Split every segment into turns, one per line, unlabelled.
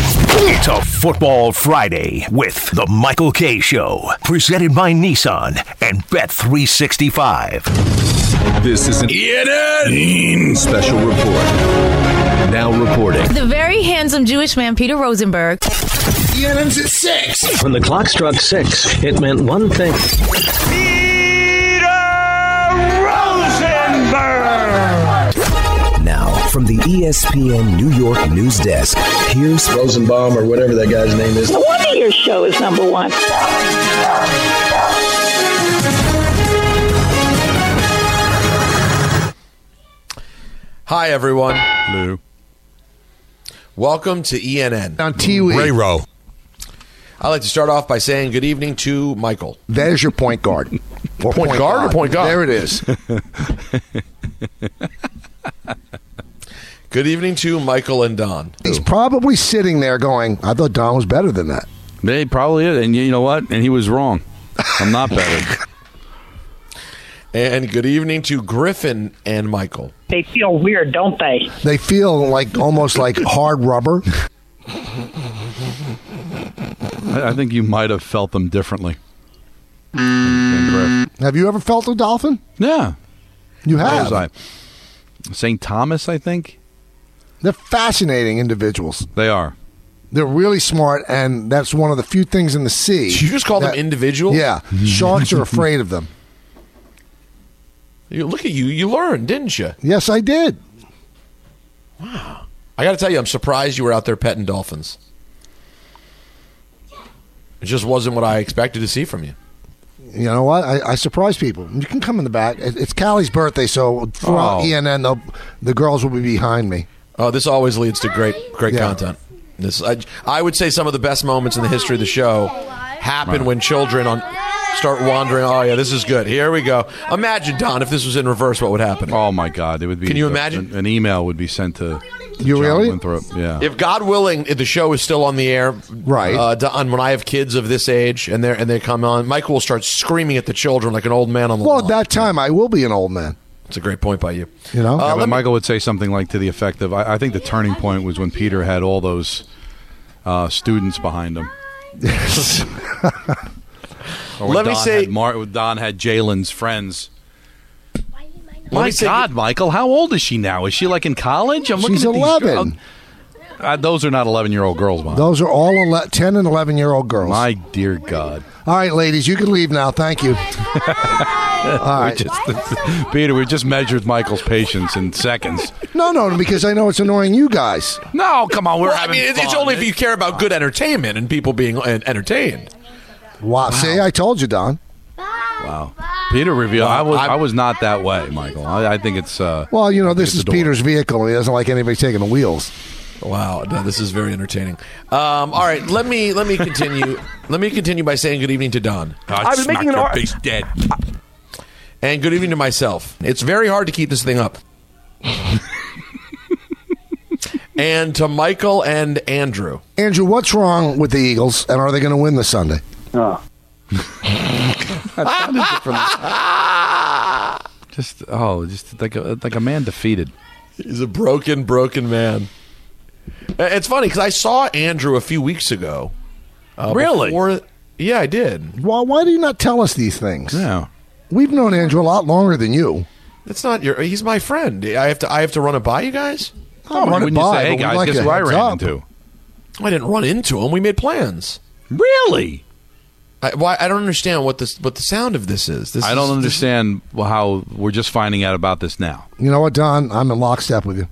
It's a Football Friday with The Michael K. Show, presented by Nissan and Bet365.
This is an Eden special report. Now reporting.
The very handsome Jewish man, Peter Rosenberg.
ENN's E at six.
When the clock struck six, it meant one thing.
Now, from
E
the ESPN New York news desk, here's
Rosenbaum or whatever that guy's name is.
No wonder your show is number one.
Hi, everyone. Lou. Welcome to E ENN.
On Tiwi.
Ray Row.
I'd like to start off by saying good evening to Michael.
There's your point guard. Or
Point guard or point guard?
There it is.
Good evening to Michael and Don.
He's probably sitting there going, I thought Don was better than that.
They probably is, and you you know what? And he was wrong. I'm not better.
And good evening to Griffin and Michael.
They feel weird, don't they?
They feel like almost like hard rubber.
I, I think you might have felt them differently. Than Griff.
Have you ever felt a dolphin?
Yeah,
You have.
as I. St. Thomas, I think
They're fascinating individuals.
they are.
They're really smart, and that's one of the few things in the sea.
Did you just call them individuals?
Yeah. Sharks are afraid of them.
You, look at you. You learned, didn't you?
Yes, I did.
I got to tell you, I'm surprised you were out there petting dolphins. It just wasn't what I expected to see from you.
You know what? I, I surprise people. You can come in the back. It- It's Callie's birthday, so throughout
Oh.
ENN, they'll- the girls will be behind me.
Oh, this always leads to great, great
Yeah.
content. This, I, I would say, some of the best moments in the history of the show happen when children on start wandering. Oh yeah, this is good. Here we go. Imagine Don, if this was in reverse, what would happen?
Oh my God, it would be.
Can you
an-
imagine?
An, email would be sent to. to
You
John
really?
Winthrop. Yeah.
If God willing, if the show is still on the air,
Right.
Uh, Don, when I have kids of this age and they and they come on, Michael will start screaming at the children like an old man on the
Well,
lawn.
at that time, I will be an old man.
That's a great point by you.
You know?
Yeah,
Uh,
but
let me-
Michael would say something like to the effect of, "I, I think the turning point was when Peter had all those uh, students behind him." or when
Let me
Don
say-
had Mar- Don had Jalen's friends.
Let
My
me say-
God, Michael, how old is she now? Is she like in college? I'm
She's
looking at these gir-
11.
Uh, those are not 11 year old girls, Mom.
Those are all ele- 10 and 11 year old girls.
My dear God.
All right, ladies, you can leave now. Thank you. All right.
Peter, we just measured Michael's patience in seconds.
No, no, because I know it's annoying you guys.
No, come on, we're
Well, I
having
mean, it- it's
fun.
only if you care about good entertainment and people being uh, entertained.
Wow. See, I told you, Don.
Wow. Peter revealed. I was
I-
I, was not that way, Michael. I, I think it's. Uh,
Well, you know, this
it's
is
adorable.
Peter's vehicle, and he doesn't like anybody taking the wheels.
Wow, no, this is very entertaining. Um, all right, let me let me continue. let me continue by saying good evening to Don
I was making an face dead.
and good evening to myself. It's very hard to keep this thing up. and to Michael and Andrew.
Andrew, what's wrong with the Eagles, and are they going to win this Sunday?
Just oh, just like a, like a man defeated.
He's a broken, broken man. Uh, It's funny because I saw Andrew a few weeks ago. Uh,
Really?
before- yeah, I did.
Why, why do you not tell us these things?
No.
We've known Andrew a lot longer than you.
That's not your. He's my friend. I have to. I have to run it by you guys.
I'll run it
when you
by,
say, "Hey
but we'd
guys,
like
guess
a
who I
heads
ran
up."
into?"
I didn't run into him. We made plans.
Really?
I, why? I don't understand what this. What the sound of this is. This
I
is-
don't understand how we're just finding out about this now.
You know what, Don? I'm in lockstep with you.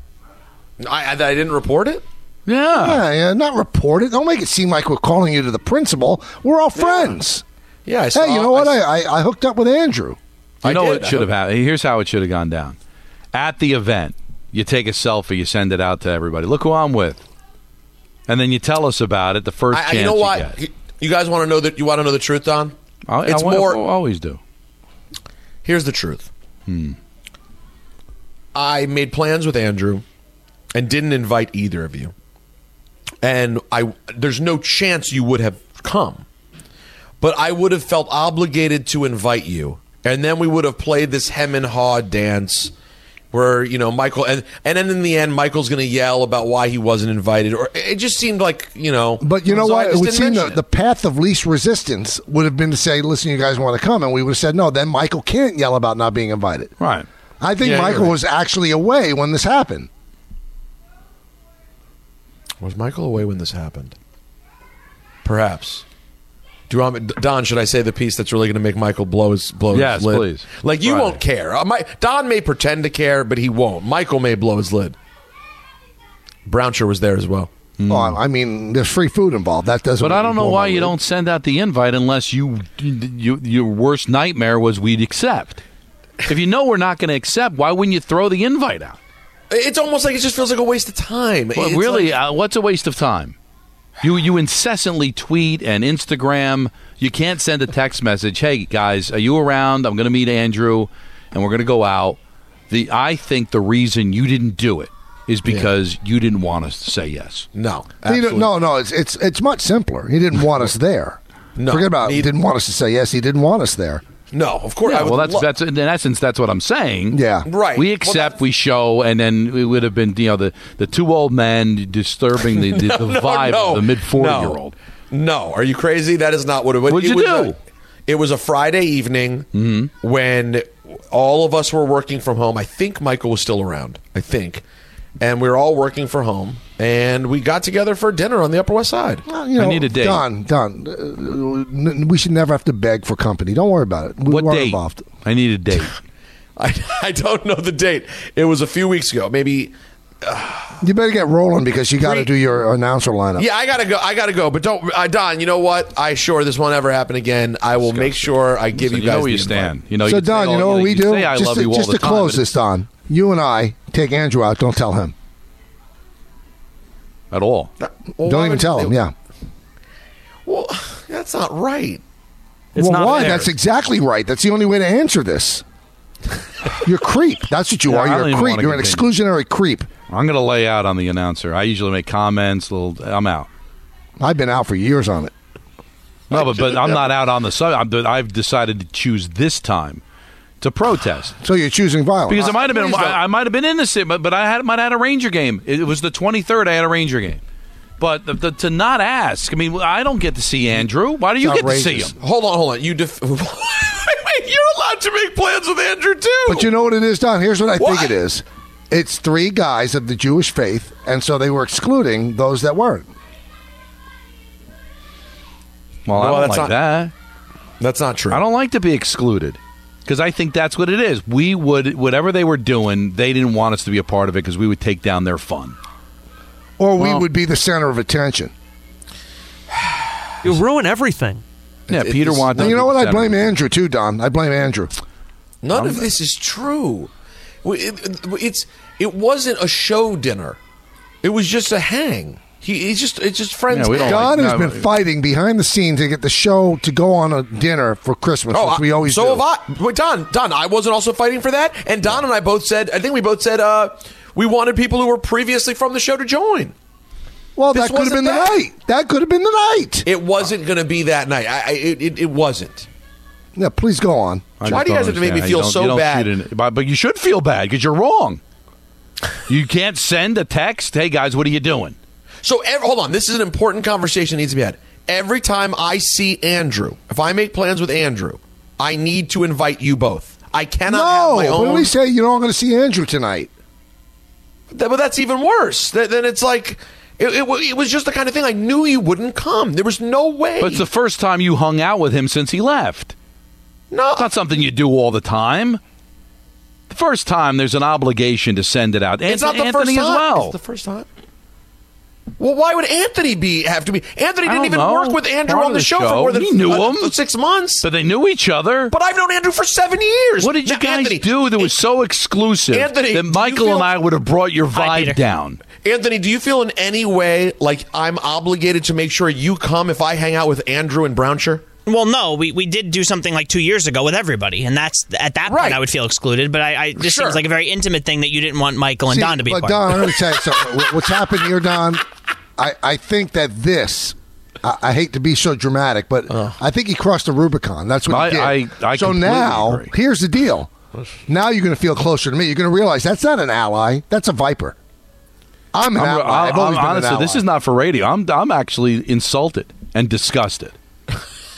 I, I, I didn't report it.
Yeah.
Yeah, yeah, not report it. Don't make it seem like we're calling you to the principal. We're all friends.
Yeah. I saw,
hey, you know what?
I,
I, I, I hooked up with Andrew.
I
I know
did.
it should have happened. Here's how it should have gone down. At the event, you take a selfie, you send it out to everybody. Look who I'm with. And then you tell us about it the first
I-
chance
you know what?
get.
You, guys want to know that? You want to know the truth, Don?
I,
it's
I, wa-
more.
I always do.
Here's the truth. I made plans with Andrew and didn't invite either of you. And I there's no chance you would have come. But I would have felt obligated to invite you. And then we would have played this hem and haw dance where you know Michael and and then in the end Michael's going to yell about why he wasn't invited or it just seemed like you know
But you know
so I
what? It
just
would
didn't
seem the,
mention it.
the path of least resistance would have been to say, "Listen, you guys want to come," and we would have said, "No." Then Michael can't yell about not being invited.
Right.
I think
Yeah, you're
Michael
right.
was actually away when this happened.
Was Michael away when this happened? Perhaps. Do you want me, Don? Should I say the piece that's really going to make Michael blow his blow? his
Yes,
lid?
please.
Like you
Friday.
won't care. Uh, my, Don may pretend to care, but he won't. Michael may blow his lid. Brownshire was there as well.
Oh, I I mean, there's free food involved. That doesn't.
But I don't know
blow
why
my
you
lid.
don't send out the invite unless you, you your worst nightmare was we'd accept. If you know we're not going to accept, why wouldn't you throw the invite out?
It's almost like it just feels like a waste of time.
Well,
It's
really,
like-
uh, what's a waste of time? You you incessantly tweet and Instagram. You can't send a text message. Hey guys, are you around? I'm going to meet Andrew, and we're going to go out. The I think the reason you didn't do it is because you didn't want us to say yes.
no,
He didn't-
absolutely.
no, no. It's it's it's much simpler. He didn't want us there.
No,
Forget about. He
neither-
didn't want us to say yes. He didn't want us there.
no. Of course, I would
well, that's
lo-
that's in essence that's what I'm saying.
Yeah.
Right.
We
Well,
accept,
that's-
we show, and then we would have been you know the the two old men disturbing the the, the
No,
vibe
no,
of the mid forty
no.
year old.
No, are you crazy? That is not what it was.
What'd
it
you
was
do? Mm-hmm.
A, it was a Friday evening when all of us were working from home. I think Michael was still around. I think, and we were all working from home, and we got together for dinner on the Upper West Side.
Well, you know,
need a date.
Don, Don, uh, n- we should never have to beg for company. Don't worry about it. We
What
weren't
date?
involved.
I need a date.
I, I don't know the date. It was a few weeks ago, maybe.
You better get rolling because you got to
Great.
do your announcer lineup.
Yeah, I gotta go. I gotta go. But don't, uh, Don. You know what? I sure this won't ever happen again. I will make sure I give
So
you guys.
know where
the
you
invite.
stand. You know,
so,
Oh, you say
Don,
all-
you know what we
you
do?
Say I
just
love
to,
you all
just
the
to
time,
close
but
this, Don, you and I take Andrew out. Don't tell him.
at all.
Well, why
don't even
would-
tell him. Yeah.
Well, that's not right.
well, why? That's exactly right. That's the only way to answer this. You're a creep. That's what you
Yeah, I
are.
don't
You're a
even
creep.
wanna
You're an
continue.
exclusionary creep.
I'm going to lay out on the announcer. I usually make comments. Little, I'm out.
I've been out for years on it.
No, but, but I'm not out on the subject. I've decided to choose this time to protest
So you're choosing violence.
because I might have been
Please don't.
I, I might have been innocent, but but I had might have had a Ranger game. It, was the 23rd. I had a Ranger game. But the, the, to not ask, I mean, I don't get to see Andrew. Why do you
It's
get to see
outrageous.
him?
Hold on, hold on. You def- Wait, you're allowed to make plans with Andrew too.
But you know what it is, Don? Here's what I
What?
think it is. It's three guys of the Jewish faith, and so they were excluding those that weren't.
Well, I
Well,
don't
that's
like
not-
that.
that's not true.
I don't like to be excluded because I think that's what it is. We would whatever they were doing, they didn't want us to be a part of it because we would take down their fun.
Or we
Well-
would be the center of attention.
You ruin everything.
Yeah, Peter
it's-
wanted.
And you know what? I
Senator.
blame Andrew, too, Don. I blame Andrew.
None of this is true. We- it- it- It's it wasn't a show dinner. It was just a hang. He it's just it's just friends.
Yeah, we don't
hang.
Don
like-
has
no,
been
but-
fighting behind the scenes to get the show to go on a dinner for Christmas,
Oh,
which we
I-
always
so have
do.
I. Wait, Don, Don, I wasn't also fighting for that. And Don and I both said. I think we both said uh, we wanted people who were previously from the show to join.
Well,
This
that could have
wasn't
been the
that.
night. That could have been the night.
It wasn't going to be that night. I, I it, it, it wasn't.
Yeah, please go on.
I just
Why do you
don't
guys have to make me
understand.
feel
You don't-
so
you don't
bad?
shoot in- but, but you should feel bad because you're wrong. You can't send a text. Hey guys, what are you doing?
So ev hold on, this is an important conversation that needs to be had. Every time I see Andrew, if I make plans with Andrew, I need to invite you both. I cannot
No,
have my
when
own.
we say you know I'm going to see Andrew tonight,
Th- but that's even worse. Th- then it's like it, it, wa- it was just the kind of thing I knew you wouldn't come. There was no way.
But it's the first time you hung out with him since he left.
no.
It's not something you do all the time. The first time there's an obligation to send it out.
It's
Ant-
not the
Anthony
first
as
time.
well.
It's the first time. Well, why would Anthony be have to be? Anthony
I
didn't
don't
even
know.
work with Andrew
Part
on
of
the
the
show, for
show.
more than
He knew
uh,
him.
six months.
but they knew each other.
But I've known Andrew for seven years.
What did you
Now,
guys
Anthony,
do that was so exclusive
Anthony,
that
do you
Michael
feel-
and I would have brought your
Hi,
vibe
Peter.
down?
Anthony, do you feel in any way like I'm obligated to make sure you come if I hang out with Andrew and Brownshire?
Well, no, we, we did do something like two years ago with everybody, and that's at that
Right.
point I would feel excluded. But I, I this
Sure.
seems like a very intimate thing that you didn't want Michael and
See,
Don to be a
but
part.
Don,
of.
I'm going to tell you something. What- What's happened here, Don? I, I think that this. I, I hate to be so dramatic, but I think he crossed the Rubicon. That's what he did.
Uh. I- I- I
so
completely
now,
agree.
here's the deal. Now you're going to feel closer to me. You're going to realize that's not an ally. That's a viper. I'm an
I'm-
ally. I've
I'm-
always been an
honestly, this
ally.
is not for radio. I'm I'm actually insulted and disgusted.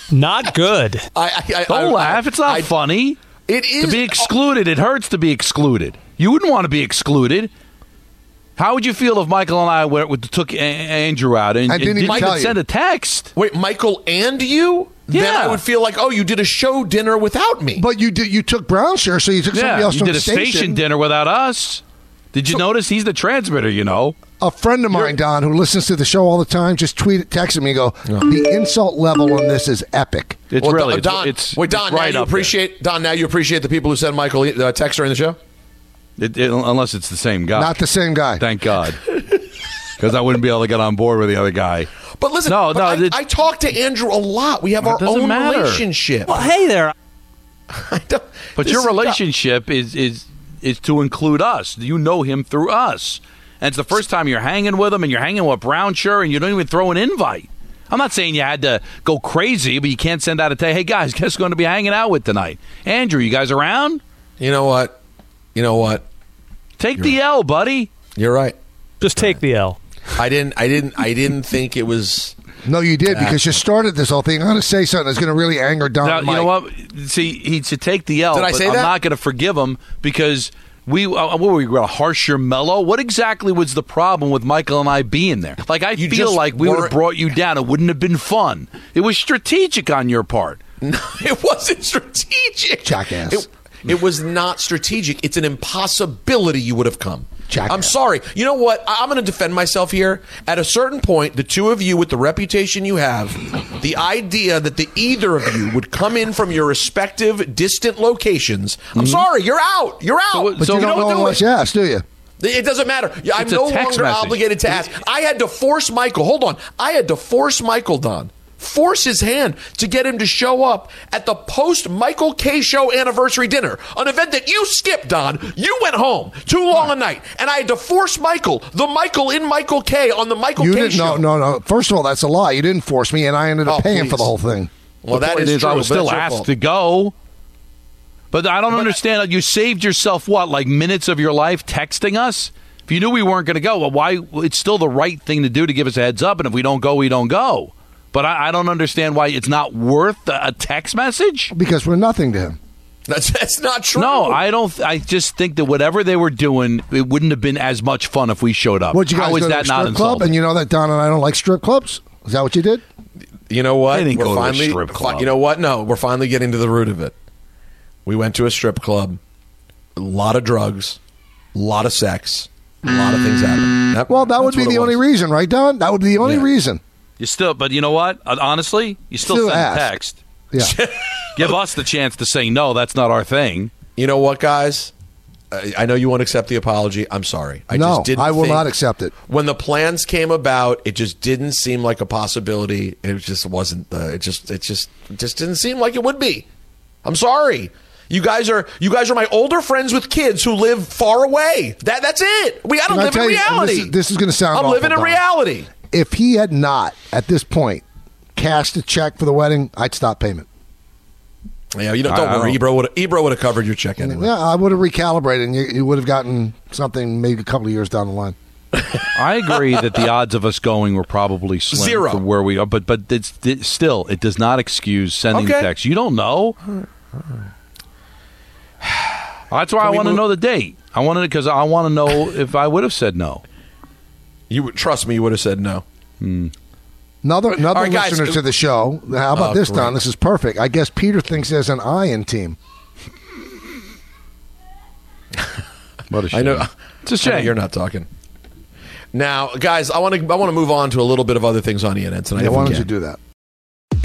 Not good.
I, I, I,
Don't
I-
laugh. It's not funny.
It is
to be excluded. It hurts to be excluded. You wouldn't want to be excluded. How would you feel if Michael and I went, with- took A- Andrew out and,
I didn't
and
even tell you.
send a text?
Oh, Wait, Michael and you? Then
Yeah.
I would feel like, oh, you did a show dinner without me.
But you did. You took Brown's share, so you took somebody
Yeah,
else
you
from
did
the
a station. dinner without us. Did you notice he's the transmitter? You know,
A friend of mine, Don, who listens to the show all the time, just tweeted, texted me, and go, the insult level on this is epic.
it's
Well,
really it's-
Don.
it's,
wait,
it's
Don.
right
now you
up there.
appreciate Don. Now you appreciate the people who send Michael uh, text during the show.
It- it- unless it's the same guy.
Not the same guy.
Thank God, because I wouldn't be able to get on board with the other guy.
But listen,
No,
but
no,
I,
it-
I talk to Andrew a lot. We have
It
our
doesn't
own
matter.
relationship.
Well, hey there.
I don't-
But
this
your
is not-
relationship is is is to include us. You know him through us, and it's the first time you're hanging with him, and you're hanging with Brown Sure, and you don't even throw an invite. I'm not saying you had to go crazy, but you can't send out a text. Hey guys, guess who's going to be hanging out with tonight? Andrew, you guys around?
You know what? You know what?
Take the L, buddy.
You're right.
Just take the L.
I didn't. I didn't. I didn't think it was.
No, you did because you started this whole thing. I'm going to say something that's going to really anger Don.
Now,
and
you know
Mike.
what? See, he should take the L.
Did I
but
say
I'm
that?
not going to forgive him because we. Uh, what were we? Gonna harsh your mellow? What exactly was the problem with Michael and I being there? Like I
You
feel
just
like we would have
weren't-
brought you down. It wouldn't have been fun. It was strategic on your part.
No, it wasn't strategic.
Jackass.
It, it was not strategic. It's an impossibility you would have come.
Jackass.
I'm sorry. You know what? I, I'm going to defend myself here. At a certain point, the two of you, with the reputation you have, the idea that the either of you would come in from your respective distant locations. I'm sorry. You're out. You're out.
what-
Mm-hmm. But
so
you don't, know
do
unless
it.
you ask, do you?
It doesn't matter. Yeah, I'm
It's a
no
text
longer
message.
obligated to ask. I had to force Michael. Hold on. I had to force Michael Don. Force his hand to get him to show up at the post Michael K show anniversary dinner, an event that you skipped, Don. You went home too long a night, and I had to force Michael, the Michael in Michael K, on the Michael
You
K
didn't.
show.
No, no, no. First of all, that's a lie. You didn't force me, and I ended up
Oh,
paying for
please.
the whole thing.
Well, that
Point
is,
is,
true.
I was
but
still
it's your
asked
fault.
to go. But I don't understand. You saved yourself what, like minutes of your life texting us? If you knew we weren't going to go, well, why? It's still the right thing to do to give us a heads up. And if we don't go, we don't go. But I, I don't understand why it's not worth a, a text message.
Because we're nothing to him.
That's, that's not true.
No, I don't. th- I just think that whatever they were doing, it wouldn't have been as much fun if we showed up.
What you guys
How is
go to a
that
strip
not
club? And
insulting?
you know that Don and I don't like strip clubs. Is that what you did?
Uh, You know what?
They didn't
we're
go to a
finally,
strip
fi-
club.
You know what? No, we're finally getting to the root of it. We went to a strip club. A lot of drugs. A lot of sex. A lot of things happened.
Well, that would
that's
be
what
the
it
only
was.
reason, right, Don? That would be the only
Yeah.
reason.
You still, but you know what? Uh, Honestly, you still,
Still
send a
ask.
text.
Yeah.
Give us the chance to say no. That's not our thing.
You know what, guys? I, I know you won't accept the apology. I'm sorry. I
No,
just didn't.
I will
think-
not accept it.
When the plans came about, it just didn't seem like a possibility. It just wasn't. The, it just. It just. It just didn't seem like it would be. I'm sorry. You guys are. You guys are my older friends with kids who live far away. That. That's it. We. I don't
Can I
live in
tell you- and
reality.
this is- this is gonna sound
I'm
awful,
living in
Don.
reality.
If he had not, at this point, cashed a check for the wedding, I'd stop payment.
Yeah. You don't.
I-
Don't
I
worry.
don't-
Ebro would. Ebro would have covered your check anyway.
Yeah, I would have recalibrated, and you, you would have gotten something maybe a couple of years down the line.
I agree that the odds of us going were probably slim
Zero.
from where we are, but but it's, it, still it does not excuse sending
Okay.
texts. You don't know. That's why I
we
want to
move-
know the date. I wanted because I want to know if I would have said no.
You would trust me. You would have said no.
Another another
All right, guys.
listener to the show. How about
Oh,
this,
great.
Don? This is perfect. I guess Peter thinks there's an I in team.
What a shame!
I know.
It's a
I know
shame.
You're not talking. Now, guys, I want to I want to move on to a little bit of other things on ENN tonight.
Yeah,
if
why
we
don't
can.
you do that?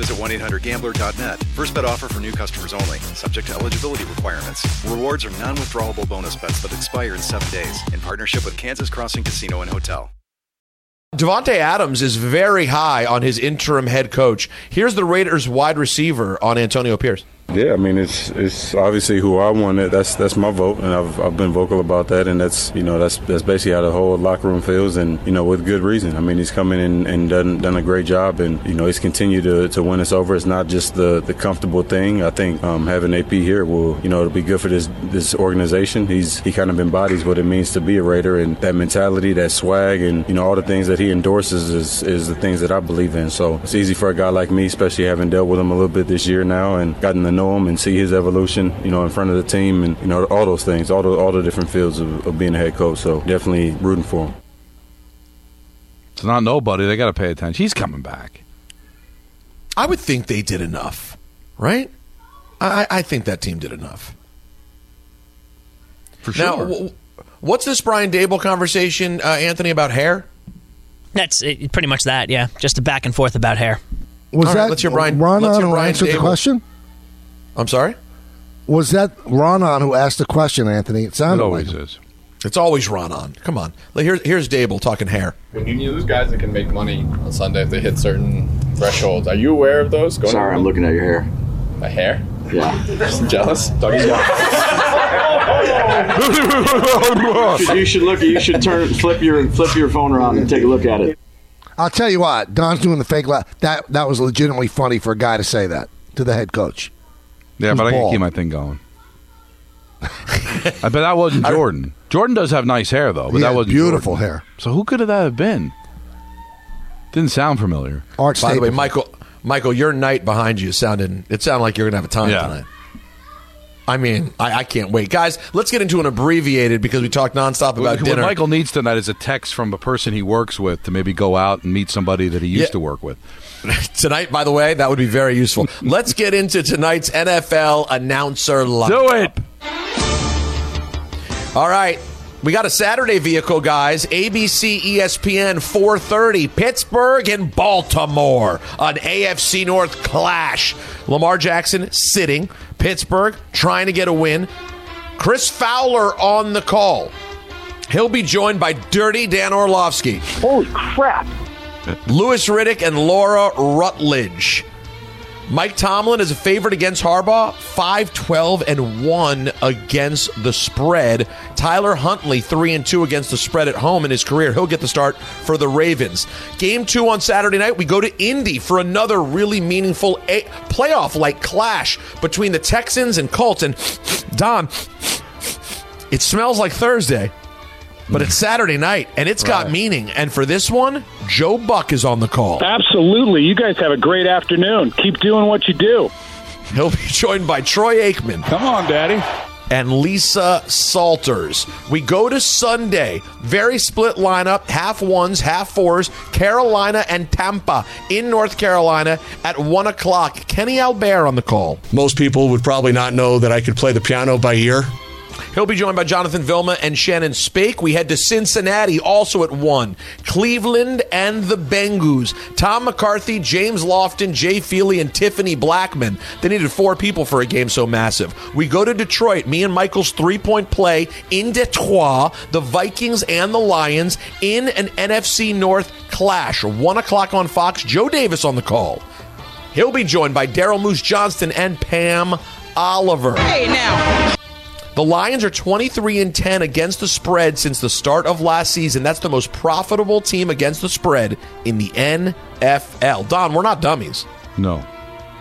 visit 1 800 Gambler.net. First bet offer for new customers only, subject to eligibility requirements. Rewards are non withdrawable bonus bets that expire in seven days in partnership with Kansas Crossing Casino and Hotel.
Devonte Adams is very high on his interim head coach. Here's the Raiders wide receiver on Antonio Pierce.
Yeah, I mean it's it's obviously who I wanted. That's that's my vote, and I've, I've been vocal about that. And that's you know that's that's basically how the whole locker room feels, and you know with good reason. I mean he's come in and, and done done a great job, and you know he's continued to, to win us over. It's not just the, the comfortable thing. I think um, having AP here will you know it'll be good for this this organization. He's he kind of embodies what it means to be a Raider, and that mentality, that swag, and you know all the things that he endorses is is the things that I believe in. So it's easy for a guy like me, especially having dealt with him a little bit this year now, and gotten to know him and see his evolution, you know, in front of the team and you know all those things, all the all the different fields of, of being a head coach. So definitely rooting for him.
It's not nobody. They got to pay attention. He's coming back.
I would think they did enough, right? I, I I think that team did enough.
For
Now,
sure.
w- what's this Brian Dable conversation, uh, Anthony, about hair?
That's uh, pretty much that. Yeah, just a back and forth about hair.
Was
All right,
that
let's hear Brian-
Ron
let's
on
hear
who
Brian
answered the
Dable.
question?
I'm sorry.
Was that Ron on who asked the question, Anthony? It sounded like
is.
It's always Ron on. Come on. Here's here's Dable talking hair.
When you use guys that can make money on Sunday if they hit certain thresholds, are you aware of those?
Sorry, I'm looking at your hair.
My hair?
Yeah.
Jealous?
Dougie's got- you, should, you should look. You should turn, flip your, flip your phone around and take a look at it.
I'll tell you what, Don's doing the fake laugh. That that was legitimately funny for a guy to say that to the head coach.
Yeah,
Who's
but I can
bald?
keep my thing going. I bet that wasn't Jordan. Jordan does have nice hair though, but
He
that
had
wasn't
beautiful
Jordan.
hair.
So who could have that have been? Didn't sound familiar.
Art
By the way, Michael, Michael, your night behind you sounded. It sounded like you're gonna have a time
Yeah.
tonight. I mean, I, I can't wait, guys. Let's get into an abbreviated because we talked nonstop about
what
dinner.
Michael needs tonight is a text from a person he works with to maybe go out and meet somebody that he used
Yeah.
to work with.
tonight, by the way, that would be very useful. Let's get into tonight's NFL announcer line.
Do it.
All right. We got a Saturday vehicle, guys. ABC ESPN 430, Pittsburgh and Baltimore. An AFC North clash. Lamar Jackson sitting. Pittsburgh trying to get a win. Chris Fowler on the call. He'll be joined by Dirty Dan Orlovsky. Holy crap. Lewis Riddick and Laura Rutledge. Mike Tomlin is a favorite against Harbaugh, 5 12 and 1 against the spread. Tyler Huntley, 3 and 2 against the spread at home in his career. He'll get the start for the Ravens. Game two on Saturday night, we go to Indy for another really meaningful a- playoff like clash between the Texans and Colts. And Dom, it smells like Thursday, but it's Saturday night, and it's got meaning. And for this one, Joe Buck is on the call.
Absolutely. You guys have a great afternoon. Keep doing what you do.
He'll be joined by Troy Aikman. Come on, Daddy. And Lisa Salters. We go to Sunday. Very split lineup, half ones, half fours. Carolina and Tampa in North Carolina at one o'clock. Kenny Albert on the call.
Most people would probably not know that I could play the piano by ear.
He'll be joined by Jonathan Vilma and Shannon Spake. We head to Cincinnati, also at one. Cleveland and the Bengus. Tom McCarthy, James Lofton, Jay Feely, and Tiffany Blackman. They needed four people for a game so massive. We go to Detroit. Me and Michael's three-point play in Detroit. The Vikings and the Lions in an NFC North clash. One o'clock on Fox. Joe Davis on the call. He'll be joined by Daryl Moose Johnston and Pam Oliver. Hey now. The Lions are 23 and 10 against the spread since the start of last season. That's the most profitable team against the spread in the NFL. Don, we're not dummies.
No.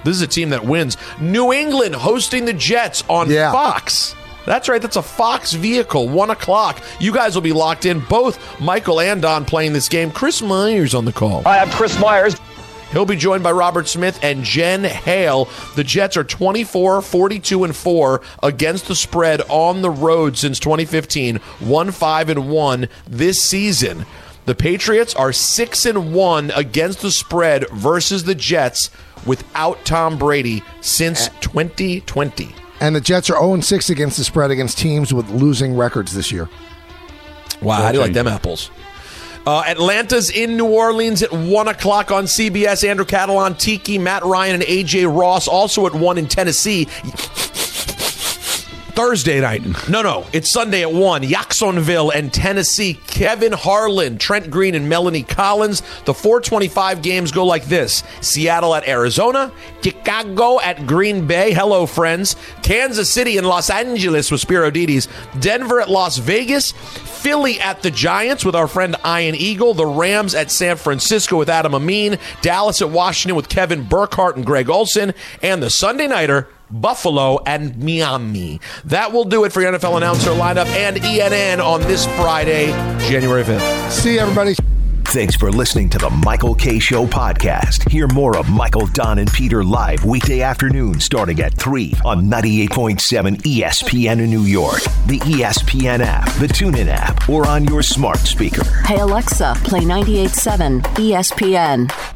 This is a team that wins. New England hosting the Jets on Fox. That's right. That's a Fox vehicle. One o'clock. You guys will be locked in. Both Michael and Don playing this game. Chris Myers on the call.
Hi, I'm Chris Myers.
He'll be joined by Robert Smith and Jen Hale. The Jets are 24, 42, and 4 against the spread on the road since 2015, 1 5 and 1 this season. The Patriots are 6 and 1 against the spread versus the Jets without Tom Brady since 2020.
And the Jets are 0 6 against the spread against teams with losing records this year.
Wow, how do you like them apples? Uh, Atlanta's in New Orleans at 1 o'clock on CBS. Andrew Catalan, Tiki, Matt Ryan, and A.J. Ross also at 1 in Tennessee. Thursday night. No, no, it's Sunday at 1. Jacksonville and Tennessee. Kevin Harlan, Trent Green, and Melanie Collins. The 425 games go like this Seattle at Arizona, Chicago at Green Bay. Hello, friends. Kansas City and Los Angeles with Spiro Didis. Denver at Las Vegas. Philly at the Giants with our friend Ian Eagle. The Rams at San Francisco with Adam Amin. Dallas at Washington with Kevin Burkhardt and Greg Olson. And the Sunday Nighter. Buffalo, and Miami. That will do it for your NFL announcer lineup and ENN on this Friday, January 5th.
See you, everybody.
Thanks for listening to the Michael K. Show podcast. Hear more of Michael, Don, and Peter live weekday afternoon starting at 3 on 98.7 ESPN in New York, the E ESPN app, the TuneIn app, or on your smart speaker.
Hey, Alexa, play 98.7 ESPN.